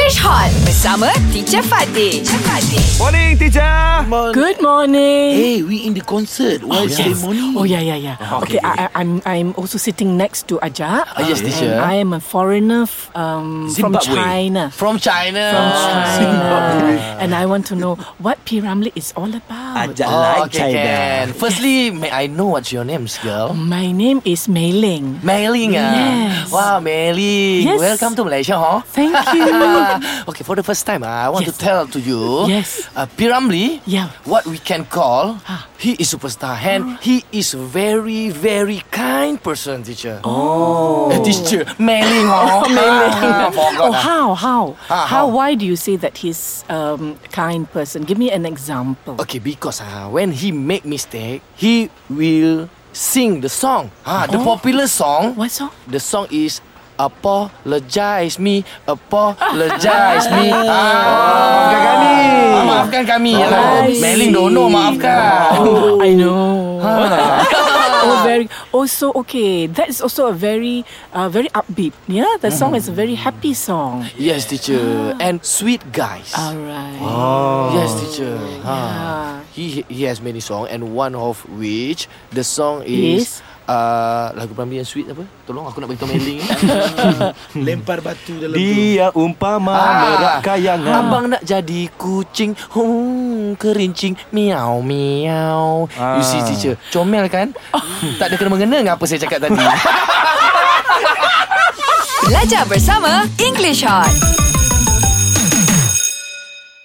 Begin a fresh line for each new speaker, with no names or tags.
Fresh Hot bersama Teacher Fatih. Teacher Fatih.
Morning, teacher.
Good morning.
Hey, we in the Ah, concert. Why Saturday morning?
Oh yeah, yeah, yeah.
okay,
Okay,
okay.
I, I, I'm I'm also sitting next to Ajak.
Ah, yes, teacher.
And I am a foreigner f- um, from
Zimbabwe.
China.
From China.
From China. and I want to know what Piramli is all about.
Ajak. I
Oh,
like
okay,
China.
can. Firstly, may I know what's your name, girl?
My name is Mei Ling.
Mei Ling, ah.
Mm. Yes.
Wow, Mei Ling.
Yes.
Welcome to Malaysia, huh?
Thank you.
Ah, okay, for the first time, ah, I want
Yes.
to tell to you.
Yes.
Uh, Piramli,
Yeah.
what we can call,
Ah.
he is superstar and he is very, very kind person, teacher.
oh.
Eh, Teacher, Mei Ling, huh? Ah, Mei Ling.
Oh, how, how,
Ah, how?
how? Why do you say that he's um, kind person? Give me an example.
Okay, because ah when he make mistake, he will sing the song. Ah, the
Oh.
popular song.
What song?
The song is Apologize me, apologize me. Ah, maafkan kami. Ah, maafkan kami. Oh, lah.
I
Meling don't know,
see.
maafkan.
Oh, I know. oh, very. Also, okay. That is also a very, uh, very upbeat. Yeah, the song is a very happy song.
Yes, teacher. And sweet guys.
All right.
Yes, teacher.
Ah. Yeah.
Ah. He he has many song and one of which the song
Is?
is, uh, lagu Pramli yang sweet apa? Tolong aku nak beritahu Meling.
Lempar batu dalam tu
Dia umpama merak kayangan.
Ah. Abang nak jadi kucing Hung Kerincing Miau miau
Ah.
You see teacher Comel kan Tak ada kena-mengena Dengan apa saya cakap tadi
Belajar bersama English Hot.